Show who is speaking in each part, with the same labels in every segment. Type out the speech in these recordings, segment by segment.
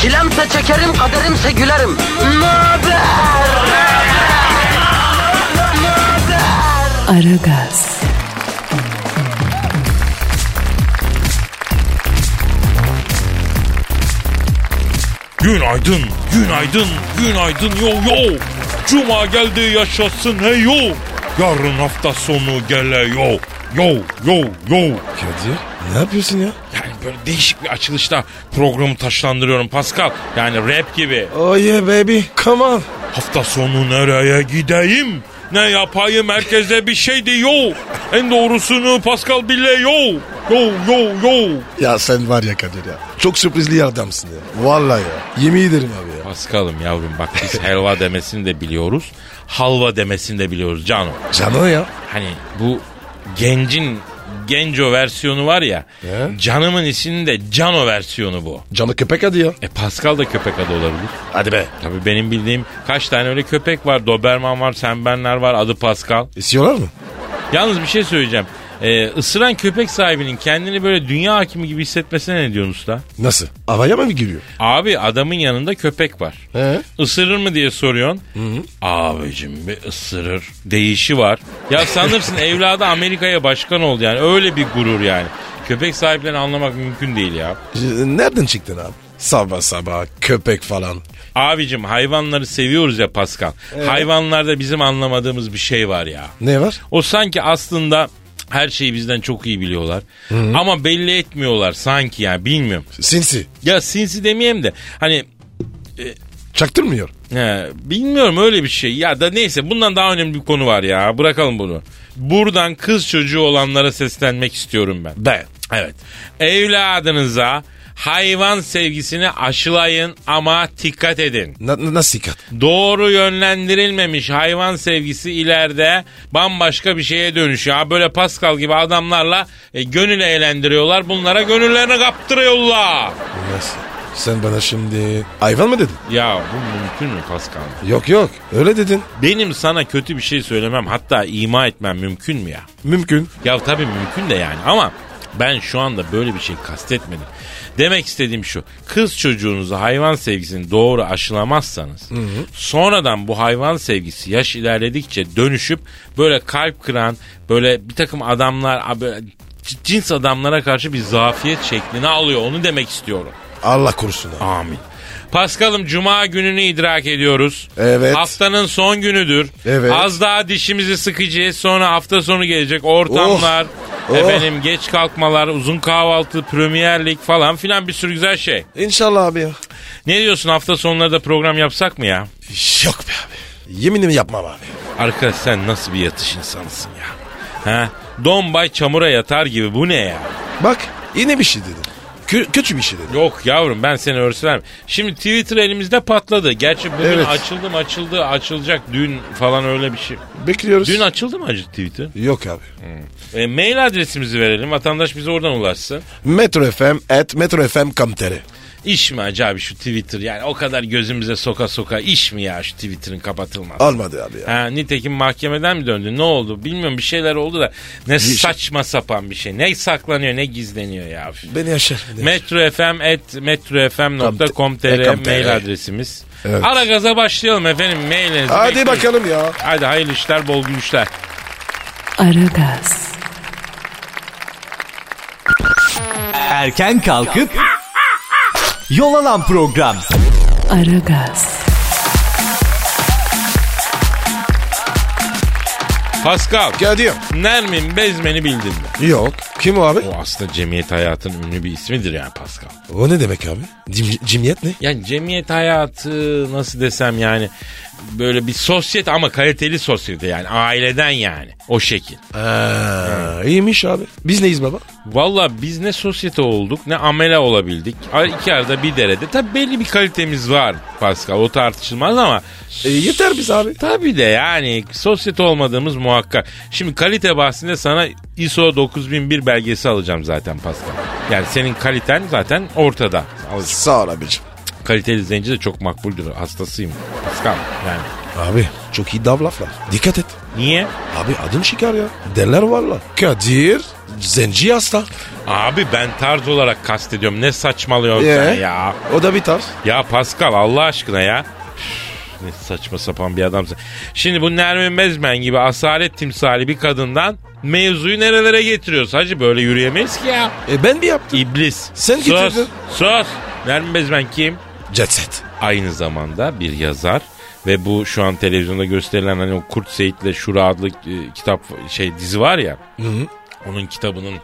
Speaker 1: Çilemse çekerim, kaderimse gülerim. Möber!
Speaker 2: Aragaz,
Speaker 3: Günaydın, günaydın, günaydın yo yo. Cuma geldi yaşasın hey yo. Yarın hafta sonu gele yo. Yo yo yo.
Speaker 4: Kadir ne yapıyorsun ya?
Speaker 3: Yani böyle değişik bir açılışta programı taşlandırıyorum Pascal. Yani rap gibi.
Speaker 4: Oh yeah baby. Come on.
Speaker 3: Hafta sonu nereye gideyim? Ne yapayım herkese bir şey de yo. En doğrusunu Pascal bile yo. Yo yo yo.
Speaker 4: Ya sen var ya Kadir ya. Çok sürprizli adamsın ya. Vallahi ya. Yemin ederim abi ya.
Speaker 3: Pascal'ım yavrum bak biz helva demesini de biliyoruz. Halva demesini de biliyoruz canım.
Speaker 4: Canı ya.
Speaker 3: Hani bu gencin genco versiyonu var ya.
Speaker 4: He?
Speaker 3: Canımın isminin de cano versiyonu bu.
Speaker 4: Canı köpek adı ya.
Speaker 3: E Pascal da köpek adı olabilir.
Speaker 4: Hadi be.
Speaker 3: Tabii benim bildiğim kaç tane öyle köpek var. Doberman var, Sembenler var adı Pascal.
Speaker 4: İstiyorlar mı?
Speaker 3: Yalnız bir şey söyleyeceğim. E, ısıran köpek sahibinin kendini böyle dünya hakimi gibi hissetmesine ne diyorsun usta?
Speaker 4: Nasıl? Havaya mı giriyor?
Speaker 3: Abi adamın yanında köpek var.
Speaker 4: He?
Speaker 3: Isırır mı diye soruyorsun. Abicim bir ısırır. Değişi var. Ya sanırsın evladı Amerika'ya başkan oldu yani. Öyle bir gurur yani. Köpek sahiplerini anlamak mümkün değil ya.
Speaker 4: Nereden çıktın abi? Sabah sabah köpek falan.
Speaker 3: Abicim hayvanları seviyoruz ya Pascal. Hayvanlarda bizim anlamadığımız bir şey var ya.
Speaker 4: Ne var?
Speaker 3: O sanki aslında her şeyi bizden çok iyi biliyorlar. Ama belli etmiyorlar sanki yani bilmiyorum.
Speaker 4: Sinsi.
Speaker 3: Ya sinsi demeyeyim de hani
Speaker 4: Çaktırmıyor.
Speaker 3: He, bilmiyorum öyle bir şey. Ya da neyse bundan daha önemli bir konu var ya. Bırakalım bunu. Buradan kız çocuğu olanlara seslenmek istiyorum ben.
Speaker 4: Ben.
Speaker 3: Evet. Evladınıza hayvan sevgisini aşılayın ama dikkat edin.
Speaker 4: Na- na- nasıl yıkat?
Speaker 3: Doğru yönlendirilmemiş hayvan sevgisi ileride bambaşka bir şeye dönüşüyor. Ha, böyle Pascal gibi adamlarla e, gönül eğlendiriyorlar. Bunlara gönüllerini kaptırıyorlar.
Speaker 4: Nasıl? Sen bana şimdi hayvan mı dedin?
Speaker 3: Ya bu mümkün mü Pascal?
Speaker 4: Yok yok öyle dedin.
Speaker 3: Benim sana kötü bir şey söylemem hatta ima etmem mümkün mü ya?
Speaker 4: Mümkün.
Speaker 3: Ya tabii mümkün de yani ama ben şu anda böyle bir şey kastetmedim. Demek istediğim şu. Kız çocuğunuzu hayvan sevgisini doğru aşılamazsanız sonradan bu hayvan sevgisi yaş ilerledikçe dönüşüp böyle kalp kıran böyle bir takım adamlar a- böyle c- cins adamlara karşı bir zafiyet şeklini alıyor. Onu demek istiyorum.
Speaker 4: Allah korusun abi.
Speaker 3: Amin. Paskal'ım cuma gününü idrak ediyoruz.
Speaker 4: Evet.
Speaker 3: Haftanın son günüdür.
Speaker 4: Evet.
Speaker 3: Az daha dişimizi sıkacağız. Sonra hafta sonu gelecek ortamlar.
Speaker 4: Oh.
Speaker 3: Efendim geç kalkmalar, uzun kahvaltı, Premier Lig falan filan bir sürü güzel şey.
Speaker 4: İnşallah abi ya.
Speaker 3: Ne diyorsun hafta sonları da program yapsak mı ya?
Speaker 4: Yok be abi. Yeminim yapmam abi.
Speaker 3: Arkadaş sen nasıl bir yatış insanısın ya? Ha? Dombay çamura yatar gibi bu ne ya?
Speaker 4: Bak yine bir şey dedin. Kö- kötü bir şey dedin.
Speaker 3: Yok yavrum ben seni örsüler Şimdi Twitter elimizde patladı. Gerçi bugün
Speaker 4: Evet.
Speaker 3: açıldı mı açıldı açılacak dün falan öyle bir şey.
Speaker 4: Bekliyoruz.
Speaker 3: Dün açıldı mı acı Twitter?
Speaker 4: Yok abi.
Speaker 3: E, mail adresimizi verelim. Vatandaş bize oradan ulaşsın.
Speaker 4: Metro FM at Metro FM kamteri.
Speaker 3: İş mi acaba abi şu Twitter? Yani o kadar gözümüze soka soka iş mi ya şu Twitter'ın kapatılması?
Speaker 4: Almadı abi ya.
Speaker 3: Ha, nitekim mahkemeden mi döndü? Ne oldu? Bilmiyorum bir şey- şeyler oldu da ne saçma sapan bir şey. Ne saklanıyor ne gizleniyor ya.
Speaker 4: Beni yaşar. beni yaşar.
Speaker 3: metrofm.metrofm.com.tr mail adresimiz.
Speaker 4: Evet.
Speaker 3: Ara gaza başlayalım efendim mailinizi.
Speaker 4: Hadi
Speaker 3: bekliyoruz.
Speaker 4: bakalım ya.
Speaker 3: Hadi hayırlı işler bol gülüşler.
Speaker 2: Aragaz,
Speaker 5: Erken kalkıp yol alan program.
Speaker 2: Aragaz,
Speaker 3: Pascal.
Speaker 4: Kadir.
Speaker 3: Nermin Bezmen'i bildin mi?
Speaker 4: Yok. Kim o abi?
Speaker 3: O aslında cemiyet hayatının ünlü bir ismidir yani Pascal.
Speaker 4: O ne demek abi? Cim- cimriyet ne?
Speaker 3: Yani cemiyet hayatı nasıl desem yani böyle bir sosyete ama kaliteli sosyete yani aileden yani o şekil.
Speaker 4: Ha, iyiymiş abi. Biz neyiz baba?
Speaker 3: Valla biz ne sosyete olduk ne amele olabildik. Ar- İki arada bir derede. Tabi belli bir kalitemiz var Pascal o tartışılmaz ama
Speaker 4: E, yeter biz abi.
Speaker 3: tabi de yani sosyete olmadığımız muhakkak. Şimdi kalite bahsinde sana ISO 9001 belgesi alacağım zaten Pascal. Yani senin kaliten zaten ortada. Al-
Speaker 4: Sağ ol abicim.
Speaker 3: Kaliteli zenci de çok makbuldür. Hastasıyım Pascal yani.
Speaker 4: Abi çok iyi dav laflar. Dikkat et.
Speaker 3: Niye?
Speaker 4: Abi adın çıkar ya. Derler valla. Kadir zenci hasta.
Speaker 3: Abi ben tarz olarak kastediyorum. Ne saçmalıyorsun
Speaker 4: Ee?
Speaker 3: sen ya?
Speaker 4: O da bir tarz.
Speaker 3: Ya Pascal Allah aşkına ya. Üf, Ne saçma sapan bir adamsın. Şimdi bu Nermin Bezmen gibi asalet timsali bir kadından mevzuyu nerelere getiriyoruz? Hacı böyle yürüyemeyiz ki ya.
Speaker 4: E ben mi yaptım?
Speaker 3: İblis.
Speaker 4: Sen
Speaker 3: sus,
Speaker 4: getirdin.
Speaker 3: Sus. Nermin Bezmen kim?
Speaker 4: Jet set.
Speaker 3: Aynı zamanda bir yazar ve bu şu an televizyonda gösterilen hani o Kurt Seyit'le Şura adlı e, kitap şey dizi var ya. Onun kitabının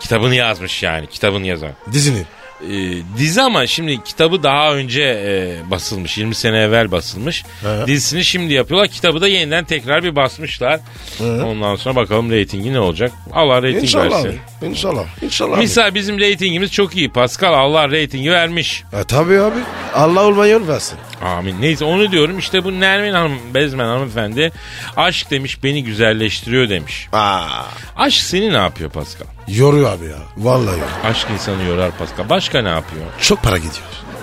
Speaker 3: kitabını yazmış yani. Kitabını yazan.
Speaker 4: Dizini.
Speaker 3: E, dizi ama şimdi kitabı daha önce e, basılmış. 20 sene evvel basılmış.
Speaker 4: Hı.
Speaker 3: Dizisini şimdi yapıyorlar. Kitabı da yeniden tekrar bir basmışlar. Ondan sonra bakalım reytingi ne olacak. Allah reyting
Speaker 4: İnşallah
Speaker 3: versin.
Speaker 4: abi. İnşallah. İnşallah abi.
Speaker 3: Misal bizim reytingimiz çok iyi. Pascal Allah reytingi vermiş.
Speaker 4: E, tabii abi. Allah olmayı versin.
Speaker 3: Amin. Neyse onu diyorum. İşte bu Nermin Hanım, Bezmen hanımefendi aşk demiş beni güzelleştiriyor demiş.
Speaker 4: Aa.
Speaker 3: Aşk seni ne yapıyor Pascal?
Speaker 4: Yoruyor abi ya. Vallahi yoruyor.
Speaker 3: Aşk insanı yorar Pascal. Başka ne yapıyor?
Speaker 4: Çok para gidiyor.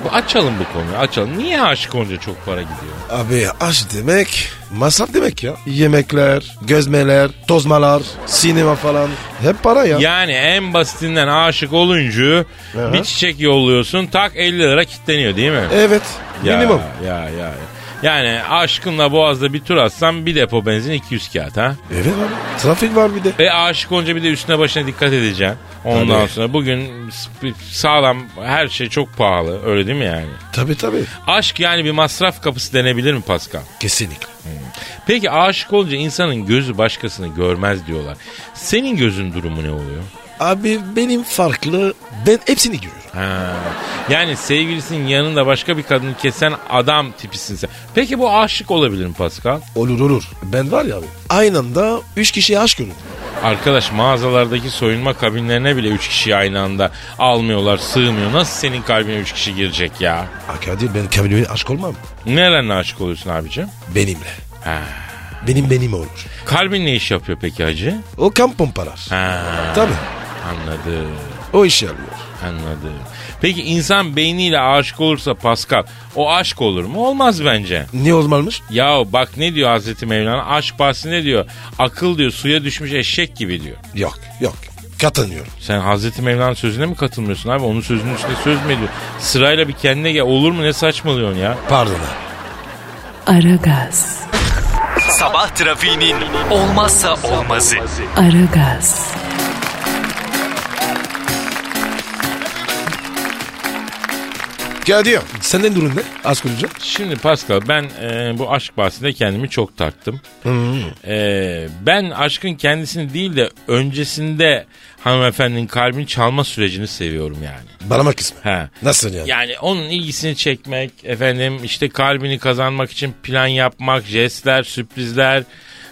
Speaker 3: Bu- Açalım bu konuyu açalım. Niye aşk olunca çok para gidiyor?
Speaker 4: Abi aş demek masraf demek ya. Yemekler, gözmeler, tozmalar, sinema falan. Hep para ya.
Speaker 3: Yani en basitinden aşık olunca
Speaker 4: Aha.
Speaker 3: bir çiçek yolluyorsun tak 50 lira kitleniyor değil mi?
Speaker 4: Evet.
Speaker 3: Ya,
Speaker 4: E, Minimum.
Speaker 3: Ya ya ya. Yani aşkınla boğazda bir tur atsan bir depo benzin 200 kağıt ha.
Speaker 4: Evet abi. Trafik var bir de.
Speaker 3: Ve aşık olunca bir de üstüne başına dikkat edeceksin. Ondan
Speaker 4: Tabii.
Speaker 3: sonra bugün sp- sağlam her şey çok pahalı öyle değil mi yani?
Speaker 4: Tabii tabii.
Speaker 3: Aşk yani bir masraf kapısı denebilir mi Pascal?
Speaker 4: Kesinlikle.
Speaker 3: Peki aşık olunca insanın gözü başkasını görmez diyorlar. Senin gözün durumu ne oluyor?
Speaker 4: Abi benim farklı ben hepsini görüyorum.
Speaker 3: Ha. Yani sevgilisinin yanında başka bir kadını kesen adam tipisin sen. Peki bu aşık olabilir mi Pascal?
Speaker 4: Olur olur. Ben var ya abi. Aynı anda 3 kişiye aşk görüyorum.
Speaker 3: Arkadaş mağazalardaki soyunma kabinlerine bile 3 kişi aynı anda almıyorlar, sığmıyor. Nasıl senin kalbine 3 kişi girecek ya?
Speaker 4: Ha Kadir ben Kamil'e aşk olmam.
Speaker 3: Nerenle aşık oluyorsun abicim?
Speaker 4: Benimle. Benim benim olur.
Speaker 3: Kalbin ne iş yapıyor peki hacı?
Speaker 4: O kan pompalar.
Speaker 3: Ha,
Speaker 4: Tabii.
Speaker 3: anladım,
Speaker 4: O işi alıyor.
Speaker 3: anladım. Peki insan beyniyle aşık olursa Pascal, o aşk olur mu? Olmaz bence.
Speaker 4: Ne olmalmış?
Speaker 3: Ya bak ne diyor Hazreti Mevlana? Aşk bahsinde diyor, akıl diyor suya düşmüş eşek gibi diyor.
Speaker 4: Yok yok. Katanıyorum.
Speaker 3: Sen Hazreti Mevlana sözüne mi katılmıyorsun abi? Onun sözünün üstüne söz mü ediyor? Sırayla bir kendine gel. Olur mu ne saçmalıyorsun ya?
Speaker 4: Pardon abi.
Speaker 2: Aragaz,
Speaker 5: Sabah trafiğinin olmazsa olmazı.
Speaker 2: Aragaz,
Speaker 4: Kadir senden durun ne? Az konuşacağım.
Speaker 3: Şimdi Pascal ben e, bu aşk bahsinde kendimi çok taktım. E, ben aşkın kendisini değil de öncesinde hanımefendinin kalbini çalma sürecini seviyorum yani.
Speaker 4: Bana bak kısmı.
Speaker 3: He.
Speaker 4: Nasıl yani?
Speaker 3: Yani onun ilgisini çekmek, efendim işte kalbini kazanmak için plan yapmak, jestler, sürprizler,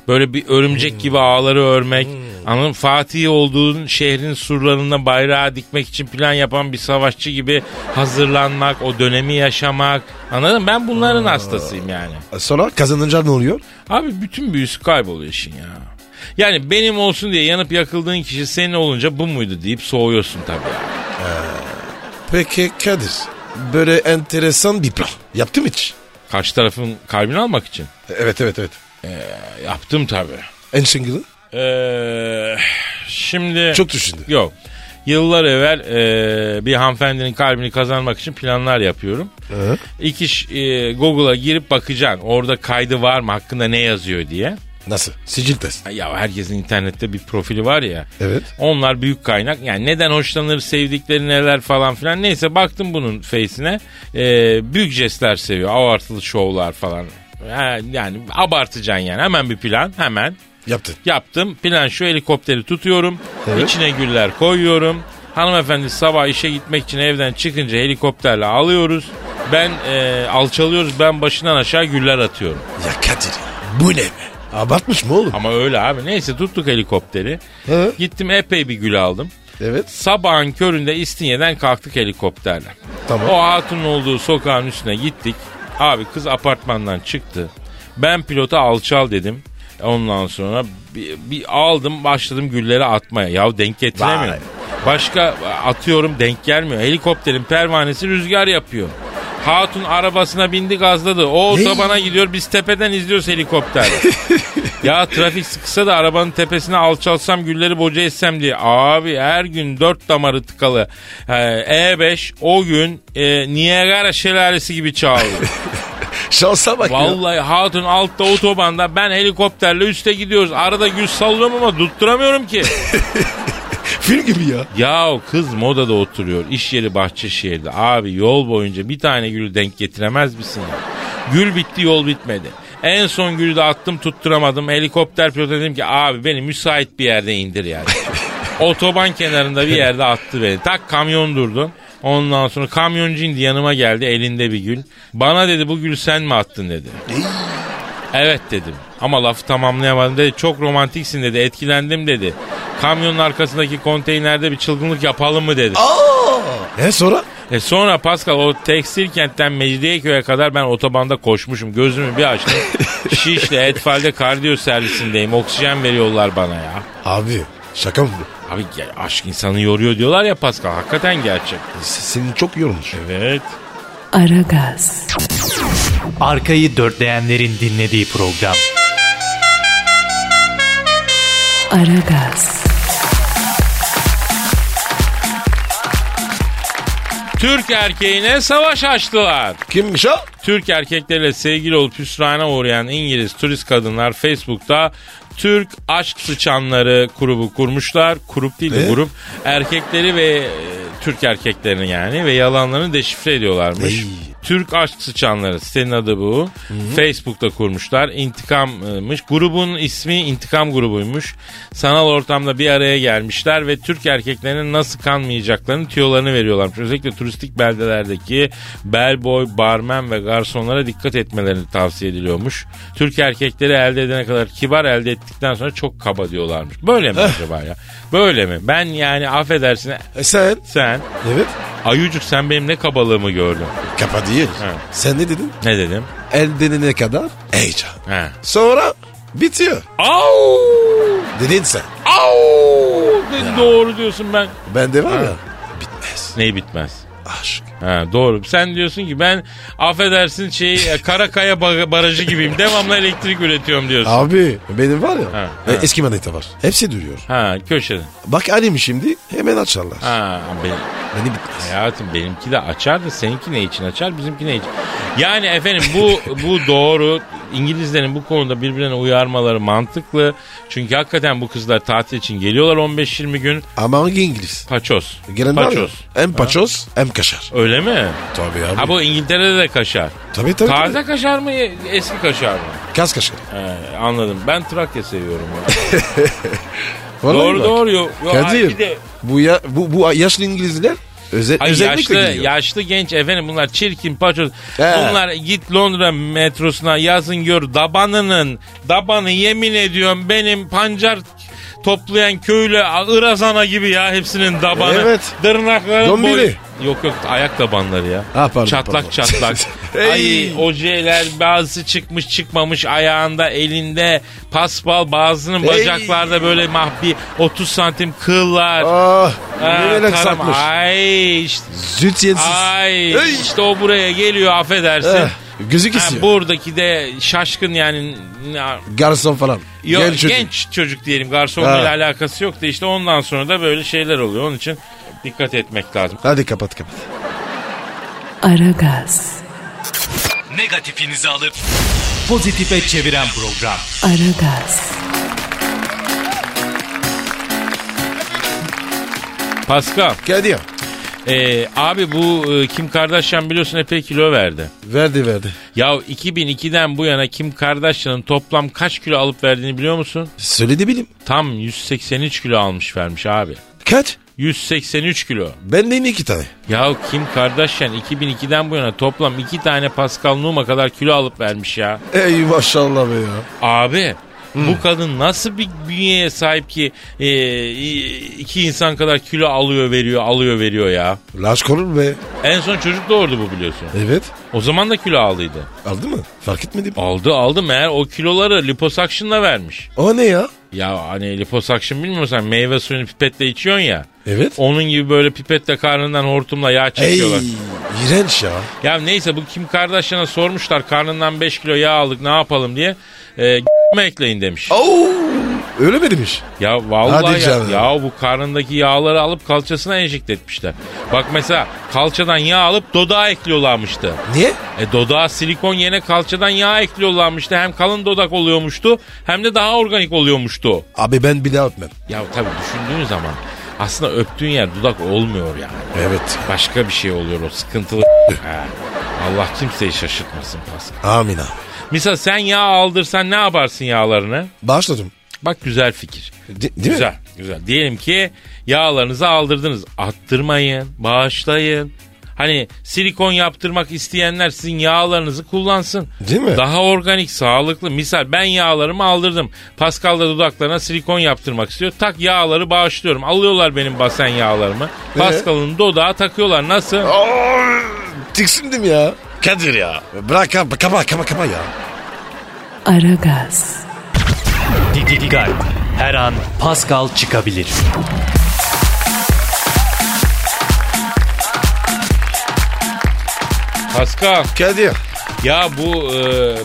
Speaker 3: böyle bir örümcek gibi ağları örmek, anladın mı? Fatih olduğun şehrin surlarına bayrağı dikmek için plan yapan bir savaşçı gibi hazırlanmak, o dönemi yaşamak. Anladın mı? Ben bunların hastasıyım yani.
Speaker 4: Sonra kazanınca ne oluyor?
Speaker 3: Abi bütün büyüsü kayboluyor işin ya. Yani benim olsun diye yanıp yakıldığın kişi senin olunca bu muydu deyip soğuyorsun tabii. ya.
Speaker 4: Peki Kadir böyle enteresan bir plan. Yaptım hiç.
Speaker 3: Karşı tarafın kalbini almak için.
Speaker 4: Evet evet evet.
Speaker 3: Yaptım tabii.
Speaker 4: En single'ı?
Speaker 3: Ee, şimdi...
Speaker 4: Çok düşündü.
Speaker 3: Yok. Yıllar evvel e, bir hanımefendinin kalbini kazanmak için planlar yapıyorum.
Speaker 4: Hı.
Speaker 3: İki ş- e, Google'a girip bakacaksın. Orada kaydı var mı hakkında ne yazıyor diye.
Speaker 4: Nasıl? Sicil test.
Speaker 3: Ya herkesin internette bir profili var ya.
Speaker 4: Evet.
Speaker 3: Onlar büyük kaynak. Yani neden hoşlanır, sevdikleri neler falan filan. Neyse baktım bunun face'ine. Ee, büyük jestler seviyor. Abartılı şovlar falan. Ha, Yani abartacaksın yani. Hemen bir plan. Hemen.
Speaker 4: Yaptın.
Speaker 3: Yaptım. Plan şu helikopteri tutuyorum.
Speaker 4: Evet.
Speaker 3: içine güller koyuyorum. Hanımefendi sabah işe gitmek için evden çıkınca helikopterle alıyoruz. Ben e, alçalıyoruz. Ben başından aşağı güller atıyorum.
Speaker 4: Ya Kadir bu ne be? Abartmış mı oğlum?
Speaker 3: Ama öyle abi. Neyse tuttuk helikopteri.
Speaker 4: He.
Speaker 3: Gittim epey bir gül aldım.
Speaker 4: Evet.
Speaker 3: Sabahın köründe İstinye'den kalktık helikopterle.
Speaker 4: Tamam.
Speaker 3: O hatunun olduğu sokağın üstüne gittik. Abi kız apartmandan çıktı. Ben pilota alçal dedim. Ondan sonra bir, bir aldım başladım gülleri atmaya. Ya denk getiremiyorum. Başka atıyorum denk gelmiyor. Helikopterin pervanesi rüzgar yapıyor. Hatun arabasına bindi gazladı. O
Speaker 4: Ne?
Speaker 3: tabana gidiyor biz tepeden izliyoruz helikopter. Ya trafik sıkışsa da arabanın tepesine alçalsam gülleri boca etsem diye. Abi her gün dört damarı tıkalı. Ee, E5 o gün e, Niagara şelalesi gibi çağırdı.
Speaker 4: Şansa bak ya.
Speaker 3: Vallahi hatun altta otobanda ben helikopterle üste gidiyoruz. Arada gül sallıyorum ama tutturamıyorum ki.
Speaker 4: Film gibi ya.
Speaker 3: Yahu kız modada oturuyor. İş yeri Bahçeşehir'de. Abi yol boyunca bir tane gülü denk getiremez misin ya? Gül bitti yol bitmedi. En son gülü de attım tutturamadım. Helikopter pilotu dedim ki abi beni müsait bir yerde indir yani. Otoban kenarında bir yerde attı beni. Tak kamyon durdu. Ondan sonra kamyoncu indi yanıma geldi elinde bir gül. Bana dedi bu gülü sen mi attın dedi. Evet dedim. Ama lafı tamamlayamadım dedi. Çok romantiksin dedi. Etkilendim dedi. Kamyonun arkasındaki konteynerde bir çılgınlık yapalım mı dedi.
Speaker 4: E sonra?
Speaker 3: E sonra Pascal o tekstil kentten Mecidiyeköy'e kadar ben otobanda koşmuşum. Gözümü bir açtım. Şişli Etfal'de kardiyo servisindeyim. Oksijen veriyorlar bana ya.
Speaker 4: Abi şaka mı bu?
Speaker 3: Abi ya aşk insanı yoruyor diyorlar ya Pascal. Hakikaten gerçek.
Speaker 4: S- Seni çok yormuş.
Speaker 3: Evet.
Speaker 2: Aragaz,
Speaker 5: Arkayı dörtleyenlerin dinlediği program.
Speaker 2: Aragaz,
Speaker 3: Türk erkeğine savaş açtılar.
Speaker 4: Kimmiş o?
Speaker 3: Türk erkekleriyle sevgili olup hüsrana uğrayan İngiliz turist kadınlar Facebook'ta Türk Aşk Sıçanları grubu kurmuşlar. Grup değil de
Speaker 4: E?
Speaker 3: grup. Erkekleri ve e, Türk erkeklerini yani ve yalanlarını deşifre ediyorlarmış.
Speaker 4: Ey.
Speaker 3: Türk Aşk Sıçanları sitenin adı bu. Facebook'ta kurmuşlar. İntikammış. Grubun ismi İntikam grubuymuş. Sanal ortamda bir araya gelmişler ve Türk erkeklerinin nasıl kanmayacaklarını tüyolarını veriyorlarmış. Özellikle turistik beldelerdeki bellboy, barmen ve garsonlara dikkat etmelerini tavsiye ediliyormuş. Türk erkekleri elde edene kadar kibar elde ettikten sonra çok kaba diyorlarmış. Böyle mi acaba ya? Böyle mi? Ben yani affedersin
Speaker 4: E sen?
Speaker 3: sen
Speaker 4: Evet.
Speaker 3: Ayucuk sen benim ne kabalığımı gördün.
Speaker 4: Kapa değil.
Speaker 3: Ha.
Speaker 4: Sen ne dedin?
Speaker 3: Ne dedim?
Speaker 4: El denene kadar heyecan.
Speaker 3: He.
Speaker 4: Sonra bitiyor.
Speaker 3: Au!
Speaker 4: Dedin sen.
Speaker 3: Au! Dedi, Doğru diyorsun ben.
Speaker 4: Ben de var ya. Bitmez.
Speaker 3: Ney bitmez.
Speaker 4: Aşk.
Speaker 3: Ha, doğru. Sen diyorsun ki ben affedersin şey e, Karakaya ba- barajı gibiyim. Devamlı elektrik üretiyorum diyorsun.
Speaker 4: Abi benim var ya.
Speaker 3: Ha,
Speaker 4: e,
Speaker 3: ha.
Speaker 4: Eski manita var. Hepsi duruyor.
Speaker 3: Ha köşede.
Speaker 4: Bak alayım şimdi hemen açarlar.
Speaker 3: Ha benim,
Speaker 4: Beni bitmez.
Speaker 3: hayatım benimki de açar da seninki ne için açar bizimki ne için? Yani efendim bu bu doğru. İngilizlerin bu konuda birbirine uyarmaları mantıklı. Çünkü hakikaten bu kızlar tatil için geliyorlar 15-20 gün.
Speaker 4: Ama hangi İngiliz?
Speaker 3: Paçoz.
Speaker 4: Gelen var ya.
Speaker 3: Paçoz.
Speaker 4: Hem paçoz hem kaşar.
Speaker 3: Öyle mi?
Speaker 4: Tabii abi.
Speaker 3: Ha bu İngiltere'de de kaşar.
Speaker 4: Tabii tabii.
Speaker 3: Taze
Speaker 4: tabii.
Speaker 3: kaşar mı eski kaşar mı?
Speaker 4: Kas kaşar.
Speaker 3: He, anladım. Ben Trakya seviyorum. ya.
Speaker 4: Vallahi
Speaker 3: doğru
Speaker 4: bak.
Speaker 3: doğru. Yo, yo, ay,
Speaker 4: Kadir
Speaker 3: bir de-
Speaker 4: bu, ya, bu, bu yaşlı İngilizler özel,
Speaker 3: Ay, yaşlı,
Speaker 4: özellikle gidiyor.
Speaker 3: yaşlı genç efendim bunlar çirkin paçoz.
Speaker 4: He.
Speaker 3: Bunlar git Londra metrosuna yazın gör dabanının dabanı yemin ediyorum benim pancar toplayan köylü ırazana gibi ya hepsinin dabanı.
Speaker 4: Evet.
Speaker 3: Dırnakları
Speaker 4: Dombili.
Speaker 3: Yok yok ayak tabanları ya.
Speaker 4: Ha, pardon,
Speaker 3: çatlak
Speaker 4: pardon.
Speaker 3: çatlak. Ay
Speaker 4: Ey.
Speaker 3: ojeler bazısı çıkmış çıkmamış ayağında elinde paspal bazısının bacaklarda böyle mahbi 30 santim kıllar.
Speaker 4: Ah,
Speaker 3: Ha,
Speaker 4: nerelere
Speaker 3: tarım.
Speaker 4: satmış.
Speaker 3: Ay işte
Speaker 4: Züt yensiz.
Speaker 3: Ay
Speaker 4: Ey.
Speaker 3: işte o buraya geliyor affedersin.
Speaker 4: Eh, gözü
Speaker 3: Ha,
Speaker 4: kesiyor.
Speaker 3: buradaki de şaşkın yani n-
Speaker 4: Garson falan.
Speaker 3: yo-
Speaker 4: Gel
Speaker 3: genç,
Speaker 4: çocuk.
Speaker 3: çocuk. diyelim garsonla
Speaker 4: Ha.
Speaker 3: alakası yok da işte ondan sonra da böyle şeyler oluyor. Onun için dikkat etmek lazım.
Speaker 4: Hadi kapat kapat.
Speaker 2: Aragaz,
Speaker 5: Negatifinizi alıp pozitife çeviren program.
Speaker 2: Aragaz,
Speaker 3: Pascal
Speaker 4: Kadir.
Speaker 3: Ee, abi bu e, Kim Kardashian biliyorsun epey kilo verdi.
Speaker 4: Verdi verdi.
Speaker 3: Ya 2002'den bu yana Kim Kardashian'ın toplam kaç kilo alıp verdiğini biliyor musun?
Speaker 4: Söyledi bilim.
Speaker 3: Tam 183 kilo almış vermiş abi.
Speaker 4: Kaç?
Speaker 3: 183 kilo.
Speaker 4: Ben de iki tane.
Speaker 3: Ya Kim Kardashian 2002'den bu yana toplam 2 tane Pascal Numa kadar kilo alıp vermiş ya.
Speaker 4: Ey maşallah be ya.
Speaker 3: Abi bu kadın nasıl bir bünyeye sahip ki e, iki insan kadar kilo alıyor veriyor alıyor veriyor ya.
Speaker 4: Laş konur be.
Speaker 3: En son çocuk doğurdu bu biliyorsun.
Speaker 4: Evet.
Speaker 3: O zaman da kilo aldıydı.
Speaker 4: Aldı mı? Fark etmedi mi?
Speaker 3: Aldı aldı meğer o kiloları liposuction'la vermiş.
Speaker 4: O ne ya?
Speaker 3: Ya hani liposuction bilmiyorsan meyve suyunu pipetle içiyorsun ya.
Speaker 4: Evet.
Speaker 3: Onun gibi böyle pipetle karnından hortumla yağ
Speaker 4: Ey
Speaker 3: çekiyorlar.
Speaker 4: iğrenç ya.
Speaker 3: Ya neyse bu Kim Kardashian'a sormuşlar karnından 5 kilo yağ aldık ne yapalım diye. E, ekleyin demiş.
Speaker 4: Oo. Öyle mi demiş?
Speaker 3: Ya vallahi
Speaker 4: Hadi
Speaker 3: ya,
Speaker 4: canım.
Speaker 3: ya bu karnındaki yağları alıp kalçasına enjekte etmişler. Bak mesela kalçadan yağ alıp dodağa ekliyorlarmıştı.
Speaker 4: Niye?
Speaker 3: E dodağa silikon yerine kalçadan yağ ekliyorlarmıştı. Hem kalın dodak oluyormuştu hem de daha organik oluyormuştu.
Speaker 4: Abi ben bir daha öpmem.
Speaker 3: Ya tabii düşündüğün zaman aslında öptüğün yer dudak olmuyor yani.
Speaker 4: Evet.
Speaker 3: Başka bir şey oluyor o sıkıntılı. Ha. Allah kimseyi şaşırtmasın Pascal.
Speaker 4: Amin abi.
Speaker 3: Misal sen yağ aldırsan ne yaparsın yağlarını?
Speaker 4: Başladım.
Speaker 3: Bak güzel fikir.
Speaker 4: De- değil
Speaker 3: güzel,
Speaker 4: mi?
Speaker 3: güzel. Diyelim ki yağlarınızı aldırdınız. Attırmayın, bağışlayın. Hani silikon yaptırmak isteyenler sizin yağlarınızı kullansın.
Speaker 4: Değil mi?
Speaker 3: Daha organik, sağlıklı. Misal ben yağlarımı aldırdım. Pascal da dudaklarına silikon yaptırmak istiyor. Tak yağları bağışlıyorum. Alıyorlar benim basen yağlarımı.
Speaker 4: Ee?
Speaker 3: Pascal'ın dodağa takıyorlar. Nasıl?
Speaker 4: Oh. Tiksindim ya. Kadir ya. Bırak kapa kapa kapa kapa ya.
Speaker 2: Aragaz,
Speaker 5: Didi Digal. Her an Pascal çıkabilir.
Speaker 3: Pascal
Speaker 4: Kadir.
Speaker 3: ya bu e,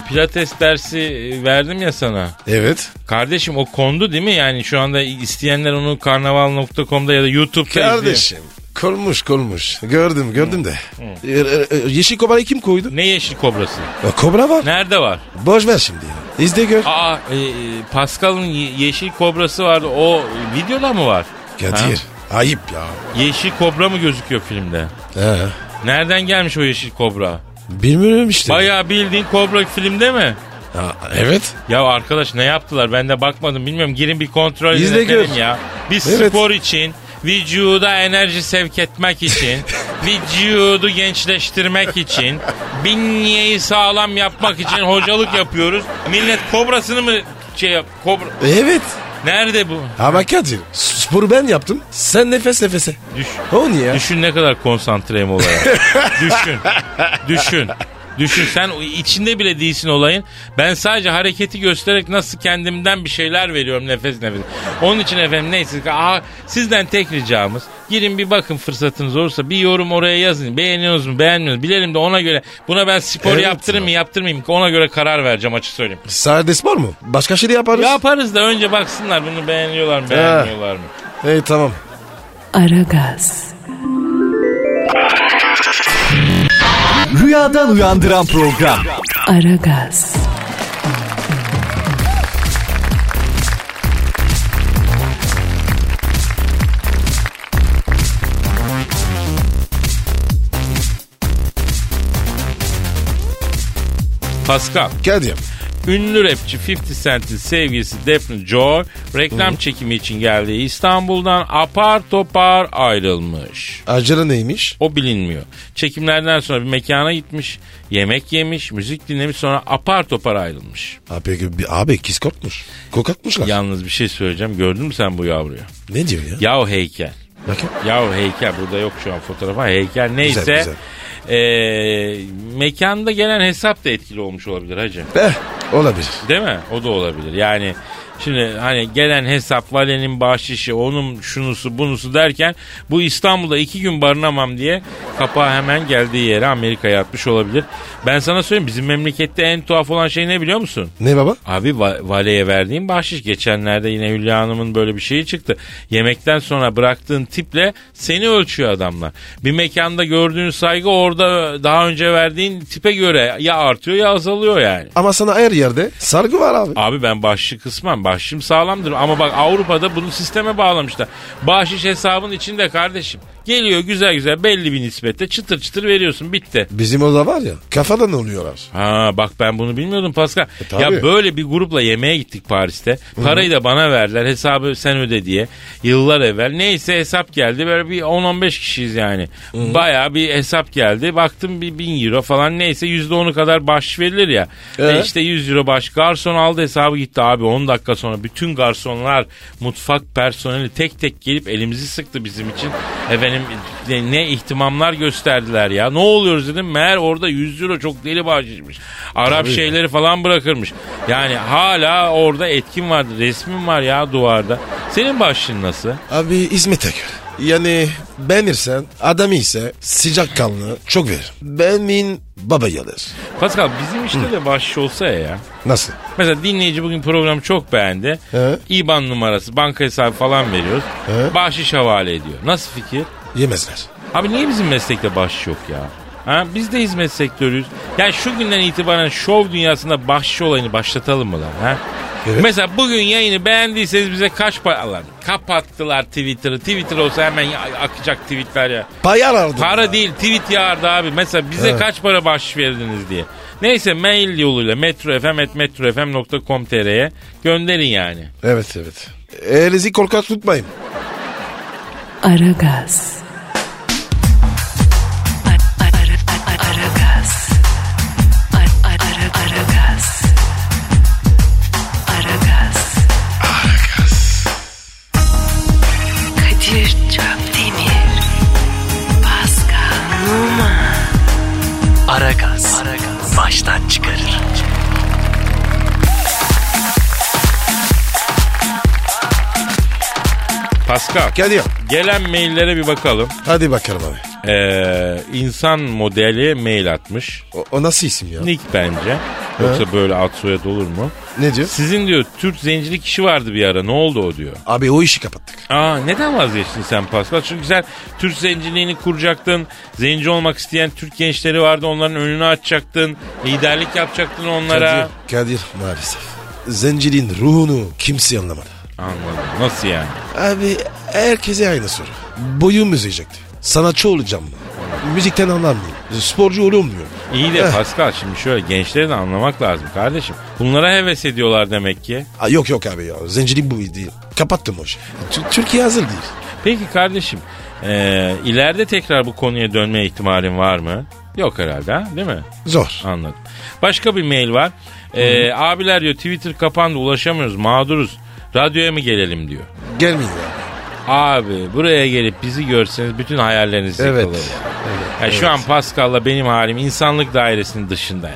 Speaker 3: pilates dersi e, verdim ya sana.
Speaker 4: Evet.
Speaker 3: Kardeşim o kondu değil mi? Yani şu anda isteyenler onu karnaval.com'da ya da YouTube'da izliyor.
Speaker 4: Kardeşim. Kolmuş kolmuş. Gördüm gördüm de. Ee, e, e, yeşil kobrayı kim koydu?
Speaker 3: Ne yeşil kobrası?
Speaker 4: Ya, E, kobra var.
Speaker 3: Nerede var?
Speaker 4: Boş ver şimdi ya. İzle gör.
Speaker 3: Aa e, e, Pascal'ın ye- yeşil kobrası vardı. O e, videoda mı var?
Speaker 4: Kadir. Ayıp ya.
Speaker 3: Ha? Yeşil kobra mı gözüküyor filmde?
Speaker 4: He.
Speaker 3: Nereden gelmiş o yeşil kobra?
Speaker 4: Bilmiyorum işte.
Speaker 3: Bayağı bildiğin kobra filmde mi?
Speaker 4: Ha, evet.
Speaker 3: Ya arkadaş ne yaptılar? Ben de bakmadım bilmiyorum. Girin bir kontrol edin
Speaker 4: İzle
Speaker 3: efendim
Speaker 4: gör.
Speaker 3: ya. Biz
Speaker 4: Evet.
Speaker 3: spor için, vücuda enerji sevk etmek için, vücudu gençleştirmek için, bünyeyi sağlam yapmak için hocalık yapıyoruz. Millet kobrasını mı şey yap, kobra...
Speaker 4: Evet.
Speaker 3: Nerede bu?
Speaker 4: Ama Kadir sporu ben yaptım. Sen nefes nefese.
Speaker 3: Düş-
Speaker 4: O niye?
Speaker 3: Düşün ne kadar konsantreyim olaya. düşün. Düşün. Düşün sen içinde bile değilsin olayın. Ben sadece hareketi göstererek nasıl kendimden bir şeyler veriyorum nefes nefes. Onun için efendim neyse aa, sizden tek ricamız girin bir bakın fırsatınız olursa bir yorum oraya yazın. Beğeniyorsunuz mu beğenmiyorsunuz mu? bilelim de ona göre buna ben spor
Speaker 4: Evet
Speaker 3: yaptırır
Speaker 4: ya.
Speaker 3: mı yaptırmayayım mı? ona göre karar vereceğim açık söyleyeyim.
Speaker 4: Sadece spor mu? Başka şey de yaparız.
Speaker 3: Yaparız da önce baksınlar bunu beğeniyorlar mı beğenmiyorlar mı?
Speaker 4: Hey tamam.
Speaker 2: Aragaz,
Speaker 6: Rüyadan uyandıran program.
Speaker 2: Aragaz,
Speaker 3: Pascal.
Speaker 4: Kadir.
Speaker 3: Ünlü rapçi 50 Cent'in sevgilisi Daphne Joy reklam çekimi için geldiği İstanbul'dan apar topar ayrılmış.
Speaker 4: Acele neymiş?
Speaker 3: O bilinmiyor. Çekimlerden sonra bir mekana gitmiş, yemek yemiş, müzik dinlemiş sonra apar topar ayrılmış.
Speaker 4: Abi, abi kız korkmuş. Kokakmışlar.
Speaker 3: Yalnız bir şey söyleyeceğim. Gördün mü sen bu yavruyu?
Speaker 4: Ne diyor ya?
Speaker 3: Yahu heykel.
Speaker 4: Bakın.
Speaker 3: Yahu heykel burada yok şu an fotoğrafı. Heykel neyse.
Speaker 4: Güzel, güzel.
Speaker 3: eee, mekanda gelen hesap da etkili olmuş olabilir hacı.
Speaker 4: Eh, olabilir.
Speaker 3: Değil mi? O da olabilir. Yani şimdi hani gelen hesap, valenin bahşişi, onun şunusu bunusu derken bu İstanbul'da iki gün barınamam diye kapağı hemen geldiği yere Amerika'ya atmış olabilir. Ben sana söyleyeyim bizim memlekette en tuhaf olan şey ne biliyor musun?
Speaker 4: Ne baba?
Speaker 3: Abi va- valeye verdiğin bahşiş geçenlerde yine Hülya Hanım'ın böyle bir şeyi çıktı. Yemekten sonra bıraktığın tiple seni ölçüyor adamlar. Bir mekanda gördüğün saygı orada daha önce verdiğin tipe göre ya artıyor ya azalıyor yani.
Speaker 4: Ama sana her yerde sargı var abi.
Speaker 3: Abi ben bahşişi kısmam. Bahşişim sağlamdır. Ama bak Avrupa'da bunu sisteme bağlamışlar. Bahşiş hesabın içinde kardeşim. Geliyor güzel güzel belli bir nispette çıtır çıtır veriyorsun bitti.
Speaker 4: Bizim orada var ya kafadan oluyorlar.
Speaker 3: Ha bak ben bunu bilmiyordum Pascal.
Speaker 4: tabii.
Speaker 3: ya böyle bir grupla yemeğe gittik Paris'te. Parayı da bana verdiler hesabı sen öde diye. Yıllar evvel neyse hesap geldi böyle bir 10-15 kişiyiz yani. Bayağı bir hesap geldi. Baktım bir 1000 euro falan neyse %10'u kadar baş verilir ya.
Speaker 4: Ee?
Speaker 3: E işte 100 euro baş. Garson aldı hesabı gitti abi 10 dakika sonra bütün garsonlar mutfak personeli tek tek gelip elimizi sıktı bizim için. Efendim ne, ne ihtimamlar gösterdiler ya. Ne oluyoruz dedim. Meğer orada 100 euro çok deli bahşişmiş. Arap şeyleri falan bırakırmış. Yani hala orada etkin vardı. Resmin var ya duvarda. Senin bahşişin nasıl?
Speaker 4: Abi hizmete göre. Yani beğenirsen adam ise sıcak kanlı çok verir. Beğenmeyin baba gelir.
Speaker 3: Pascal bizim işte de bahşiş olsa ya.
Speaker 4: Nasıl?
Speaker 3: Mesela dinleyici bugün programı çok beğendi.
Speaker 4: He.
Speaker 3: İban numarası, banka hesabı falan veriyoruz. Bahşiş havale ediyor. Nasıl fikir?
Speaker 4: Yemezler.
Speaker 3: Abi niye bizim meslekte bahşiş yok ya? Ha, biz de hizmet sektörüyüz. Yani şu günden itibaren şov dünyasında bahşiş olayını başlatalım mı lan? Ha?
Speaker 4: Evet.
Speaker 3: Mesela bugün yayını beğendiyseniz bize kaç para lan? Kapattılar Twitter'ı. Twitter olsa hemen ya- akacak tweetler ya.
Speaker 4: Pay arardım.
Speaker 3: Para
Speaker 4: ya.
Speaker 3: değil tweet yağardı abi. Mesela bize kaç para bahşiş verdiniz diye. Neyse mail yoluyla metrofm.metrofm.com.tr'ye gönderin yani.
Speaker 4: Evet evet. Elinizi korkak tutmayın.
Speaker 2: Aragaz. Ara- ara- ara- Aragaz. Ara- ara- Aragaz. Aragaz. Kadir Çöptemir. Pascal Numa.
Speaker 1: Aragaz. Baştan çıkarır.
Speaker 3: Pascal.
Speaker 4: Kadir
Speaker 3: Gelen maillere bir bakalım.
Speaker 4: hadi bakalım abi.
Speaker 3: Ee, insan modeli mail atmış.
Speaker 4: O, o nasıl isim ya?
Speaker 3: Nick bence. Yoksa böyle ad soyad olur mu?
Speaker 4: Ne diyor?
Speaker 3: Sizin diyor Türk zencilik işi vardı bir ara. Ne oldu o diyor.
Speaker 4: Abi o işi kapattık.
Speaker 3: Aa neden vazgeçtin sen Pascal? Çünkü sen Türk zenciliğini kuracaktın. Zenci olmak isteyen Türk gençleri vardı. Onların önünü açacaktın. Liderlik yapacaktın onlara.
Speaker 4: Kadir, Kadir maalesef. Zenciliğin ruhunu kimse anlamadı.
Speaker 3: Anladım. Nasıl yani?
Speaker 4: Abi herkese aynı soru. Boyum uzayacak. Sanatçı olacağım mı? Müzikten anlamıyorum. Sporcu olmuyor.
Speaker 3: İyi de Pascal şimdi şöyle gençleri de anlamak lazım kardeşim. Bunlara heves ediyorlar demek ki.
Speaker 4: Aa, yok yok abi ya. Zencilik bu değil. Kapattım o işi. Tü- Türkiye hazır değil.
Speaker 3: Peki kardeşim eee, ileride tekrar bu konuya dönme ihtimalin var mı? Yok herhalde ha, değil mi?
Speaker 4: Zor.
Speaker 3: Anladım. Başka bir mail var. Eee, abiler diyor Twitter kapandı ulaşamıyoruz mağduruz. Radyoya mı gelelim diyor.
Speaker 4: Gelmiyor ya.
Speaker 3: Abi buraya gelip bizi görseniz bütün hayalleriniz
Speaker 4: Evet.
Speaker 3: yıkılır. Ya Şu an Pascal'la benim halim insanlık dairesinin dışında ya.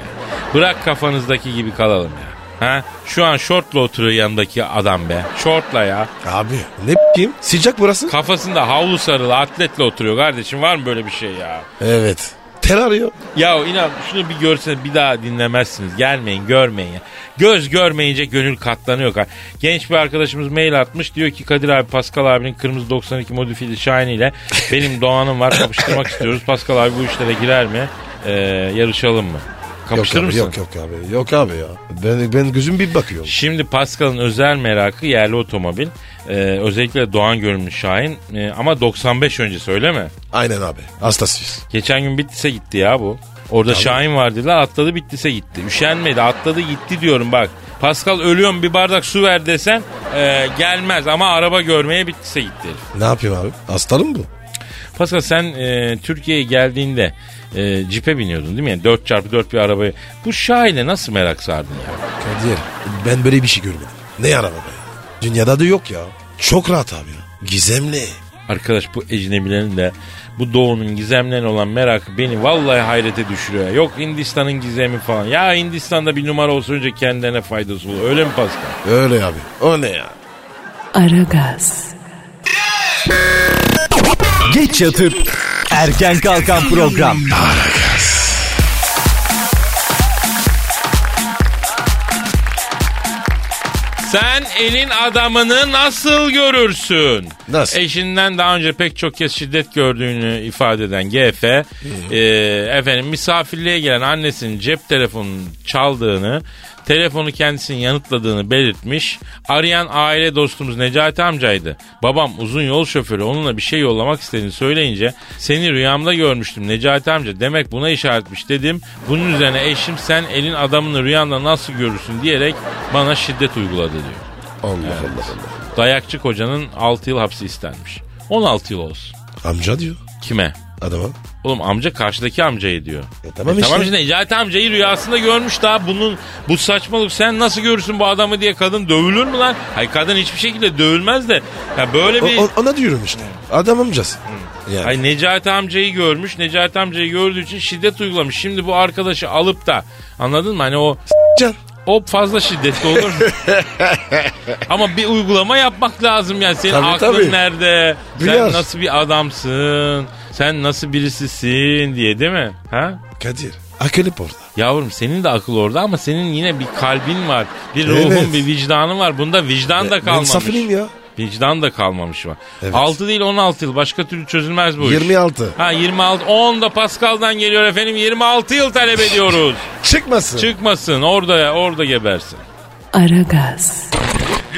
Speaker 3: Bırak kafanızdaki gibi kalalım ya. Ha? Şu an şortla oturuyor yanındaki adam be. Şortla ya.
Speaker 4: Abi ne kim? Sıcak burası.
Speaker 3: Kafasında havlu sarılı atletle oturuyor kardeşim. Var mı böyle bir şey ya?
Speaker 4: evet. Tel arıyor.
Speaker 3: Ya inan şunu bir görseniz bir daha dinlemezsiniz. Gelmeyin görmeyin ya. Göz görmeyince gönül katlanıyor. kar- Genç bir arkadaşımız mail atmış. Diyor ki Kadir abi Pascal abinin kırmızı 92 modifiyeli Shine ile benim Doğan'ım var kapıştırmak istiyoruz. Pascal abi bu işlere girer mi? Ee, yarışalım mı?
Speaker 4: Yok
Speaker 3: Kapıştırır
Speaker 4: abi,
Speaker 3: mısın?
Speaker 4: yok yok abi. Yok abi ya. Ben, ben gözüm bir bakıyor.
Speaker 3: Şimdi Pascal'ın özel merakı yerli otomobil. Ee, özellikle Doğan görünümlü Şahin. Ee, ama 95 öncesi öyle mi?
Speaker 4: Aynen abi. Hastasıyız.
Speaker 3: Geçen gün Bitlis'e gitti ya bu. Orada Şahin var dediler atladı Bitlis'e gitti. Üşenmedi atladı gitti diyorum bak. Pascal ölüyorum bir bardak su ver desen e, gelmez ama araba görmeye Bitlis'e gitti. herif.
Speaker 4: Ne yapayım abi? Hastalı mı bu?
Speaker 3: Pascal sen e, Türkiye'ye geldiğinde e, cipe biniyordun değil mi? Yani 4x4 bir arabayı. Bu Şahin'e nasıl merak sardın ya?
Speaker 4: Kadir ben böyle bir şey görmedim. Ne araba be? Dünyada da yok ya. Çok rahat abi ya. Gizemli.
Speaker 3: Arkadaş bu ecnebilerin de bu doğunun gizemlerine olan merakı beni vallahi hayrete düşürüyor. ya. Yok Hindistan'ın gizemi falan. Ya Hindistan'da bir numara olsun önce kendilerine faydası olur. Öyle mi Pascal?
Speaker 4: Öyle abi. O ne ya?
Speaker 2: Aragaz.
Speaker 6: Geç yatıp erken kalkan program.
Speaker 3: Sen elin adamını nasıl görürsün?
Speaker 4: Nasıl?
Speaker 3: Eşinden daha önce pek çok kez şiddet gördüğünü ifade eden GF, e, efendim misafirliğe gelen annesinin cep telefonunu çaldığını, Telefonu kendisinin yanıtladığını belirtmiş. Arayan aile dostumuz Necati amcaydı. Babam uzun yol şoförü onunla bir şey yollamak istediğini söyleyince seni rüyamda görmüştüm Necati amca demek buna işaretmiş dedim. Bunun üzerine eşim sen elin adamını rüyanda nasıl görürsün diyerek bana şiddet uyguladı diyor.
Speaker 4: Allah Allah Allah.
Speaker 3: Dayakçı kocanın 6 yıl hapsi istenmiş. 16 yıl olsun.
Speaker 4: Amca diyor
Speaker 3: Kime?
Speaker 4: adama.
Speaker 3: Oğlum amca karşıdaki amcayı diyor.
Speaker 4: E tamam
Speaker 3: E
Speaker 4: işte.
Speaker 3: Tamam işte Necati amcayı rüyasında görmüş daha bunun bu saçmalık sen nasıl görürsün bu adamı diye kadın dövülür mü lan? Hayır kadın hiçbir şekilde dövülmez de ya böyle
Speaker 4: O-
Speaker 3: bir...
Speaker 4: o- ona diyorum işte. Adam amcası. Yani.
Speaker 3: Ay Necati amcayı görmüş. Necati amcayı gördüğü için şiddet uygulamış. Şimdi bu arkadaşı alıp da anladın mı? Hani o
Speaker 4: Can.
Speaker 3: o fazla şiddetli olur mu? Ama bir uygulama yapmak lazım yani. Senin
Speaker 4: Tabii,
Speaker 3: aklın
Speaker 4: tabii.
Speaker 3: nerede?
Speaker 4: Biraz.
Speaker 3: Sen nasıl bir adamsın? Sen nasıl birisisin diye değil mi? Ha?
Speaker 4: Kadir. Akıllı orada.
Speaker 3: Yavrum senin de akıl orada ama senin yine bir kalbin var. Bir
Speaker 4: Evet.
Speaker 3: ruhun, bir vicdanın var. Bunda vicdan da
Speaker 4: Ben
Speaker 3: kalmamış.
Speaker 4: safilim ya.
Speaker 3: Vicdan da kalmamış var.
Speaker 4: Evet.
Speaker 3: 6 değil 16 yıl. Başka türlü çözülmez bu iş.
Speaker 4: 26.
Speaker 3: Ha 26. 10 da Pascal'dan geliyor efendim. 26 yıl talep ediyoruz.
Speaker 4: Çıkmasın.
Speaker 3: Çıkmasın. Orada orada gebersin.
Speaker 2: Aragaz,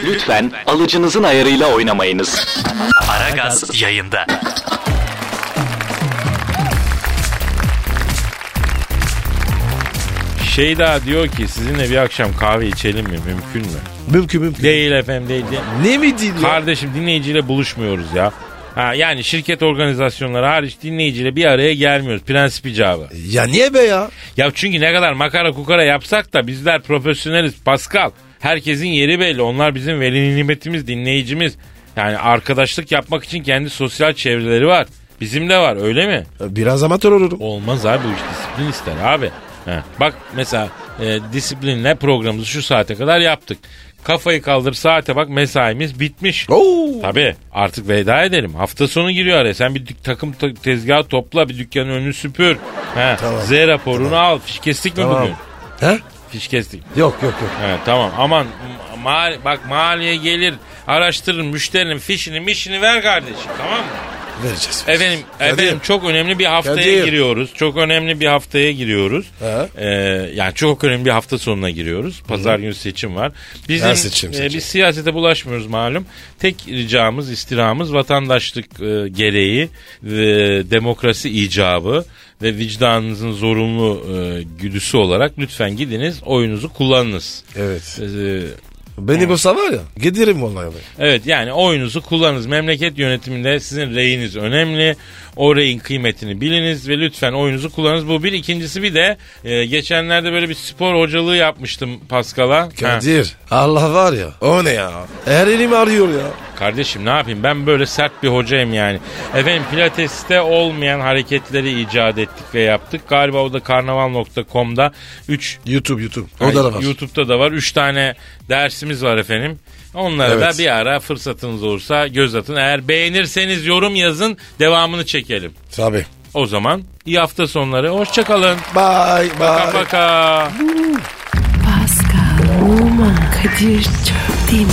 Speaker 7: Lütfen alıcınızın ayarıyla oynamayınız.
Speaker 5: Aragaz yayında.
Speaker 3: Şeyda Şey diyor ki sizinle bir akşam kahve içelim mi? Mümkün mü?
Speaker 4: Mümkün mümkün.
Speaker 3: Değil efendim değil. değil.
Speaker 4: Ne mi değil ya?
Speaker 3: Kardeşim dinleyiciyle buluşmuyoruz ya. Ha, yani şirket organizasyonları hariç dinleyiciyle bir araya gelmiyoruz. Prensip icabı.
Speaker 4: Ya niye be ya?
Speaker 3: Ya çünkü ne kadar makara kukara yapsak da bizler profesyoneliz Pascal. Herkesin yeri belli. Onlar bizim veli nimetimiz, dinleyicimiz. Yani arkadaşlık yapmak için kendi sosyal çevreleri var. Bizim de var öyle mi?
Speaker 4: Biraz amatör olurum.
Speaker 3: Olmaz abi bu iş disiplin ister abi. He. Bak mesela e, disiplinle programımızı şu saate kadar yaptık. Kafayı kaldır saate bak mesaimiz bitmiş.
Speaker 4: Oo.
Speaker 3: Tabii artık veda edelim. Hafta sonu giriyor araya. Sen bir dük- takım ta- tezgahı topla, bir dükkanın önünü süpür. He, Z raporunu al. Fiş kestik mi bugün?
Speaker 4: He?
Speaker 3: Fiş kestik.
Speaker 4: Yok yok yok.
Speaker 3: He, tamam aman ma- mali- bak maliye gelir araştırın müşterinin fişini mişini ver kardeşim tamam mı?
Speaker 4: Vereceğiz.
Speaker 3: Efendim,
Speaker 4: Kadir.
Speaker 3: efendim çok önemli bir haftaya
Speaker 4: Kadir.
Speaker 3: giriyoruz. Çok önemli bir haftaya giriyoruz.
Speaker 4: He.
Speaker 3: Ee, yani çok önemli bir hafta sonuna giriyoruz. Pazar günü seçim var. Bizim
Speaker 4: Her seçim,
Speaker 3: e,
Speaker 4: seçim.
Speaker 3: biz siyasete bulaşmıyoruz malum. Tek ricamız, istirhamız vatandaşlık e, gereği ve demokrasi icabı ve vicdanınızın zorunlu e, güdüsü olarak lütfen gidiniz oyunuzu kullanınız.
Speaker 4: Evet.
Speaker 3: Ee,
Speaker 4: Beni bu sabah ya. Giderim vallahi. ben.
Speaker 3: Evet yani oyunuzu kullanınız. Memleket yönetiminde sizin reyiniz önemli. O reyin kıymetini biliniz ve lütfen oyunuzu kullanınız. Bu bir. ikincisi bir de e, geçenlerde böyle bir spor hocalığı yapmıştım Paskal'a. Ha,
Speaker 4: Kadir. Allah var ya. O ne ya? Her elim arıyor ya.
Speaker 3: Kardeşim ne yapayım ben böyle sert bir hocayım yani. Efendim pilateste olmayan hareketleri icat ettik ve yaptık. Galiba o da karnaval.com'da 3
Speaker 4: YouTube YouTube. O da var.
Speaker 3: YouTube'da da var. 3 tane dersimiz var efendim. Onlara
Speaker 4: Evet.
Speaker 3: da bir ara fırsatınız olursa göz atın. Eğer beğenirseniz yorum yazın devamını çekelim.
Speaker 4: Tabii.
Speaker 3: O zaman iyi hafta sonları. Hoşçakalın.
Speaker 4: Bye
Speaker 3: Baka
Speaker 4: bye.
Speaker 3: baka.
Speaker 2: Pascal, Oman, Kadir çok değil mi?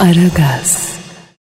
Speaker 2: Aragaz.